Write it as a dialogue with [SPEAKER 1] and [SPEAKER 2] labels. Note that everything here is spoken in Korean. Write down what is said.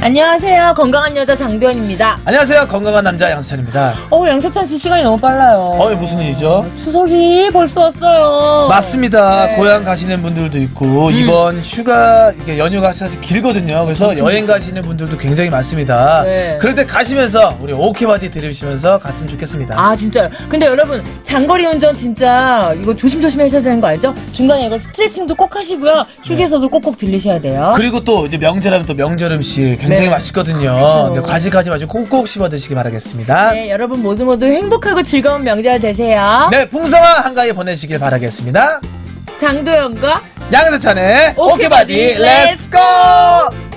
[SPEAKER 1] 안녕하세요. 건강한 여자 장도연입니다.
[SPEAKER 2] 안녕하세요. 건강한 남자 양세찬입니다.
[SPEAKER 1] 어 양세찬 씨 시간이 너무 빨라요.
[SPEAKER 2] 어이 무슨 일이죠?
[SPEAKER 1] 추석이 벌써 왔어요.
[SPEAKER 2] 맞습니다.
[SPEAKER 1] 네. 음.
[SPEAKER 2] 고향 가시는 분들도 있고 이번 휴가 이게 연휴가 사실 길거든요. 그래서 여행 가시는 분들도 굉장히 많습니다.
[SPEAKER 1] 음. 네.
[SPEAKER 2] 그럴 때 가시면서 우리 오케바디 들으시면서 갔으면 좋겠습니다.
[SPEAKER 1] 아 진짜요. 근데 여러분 장거리 운전 진짜 이거 조심조심 하셔야 되는 거 알죠? 중간에 이걸 스트레칭도 꼭 하시고요. 휴게소도 꼭꼭 들리셔야 돼요.
[SPEAKER 2] 네. 그리고 또 이제 명절하면 또 명절 음식
[SPEAKER 1] 네.
[SPEAKER 2] 굉장히 맛있거든요.
[SPEAKER 1] 그쵸.
[SPEAKER 2] 네, 과식하지 마시고 꼭꼭 씹어 드시기 바라겠습니다. 네.
[SPEAKER 1] 네 여러분 모두 모두 행복하고 즐거운 명절 되세요.
[SPEAKER 2] 풍성한 한가위 보내시길 바라겠습니다.
[SPEAKER 1] 장도연과
[SPEAKER 2] 양세찬의
[SPEAKER 1] 오케바디,
[SPEAKER 2] 오케바디, 렛츠고!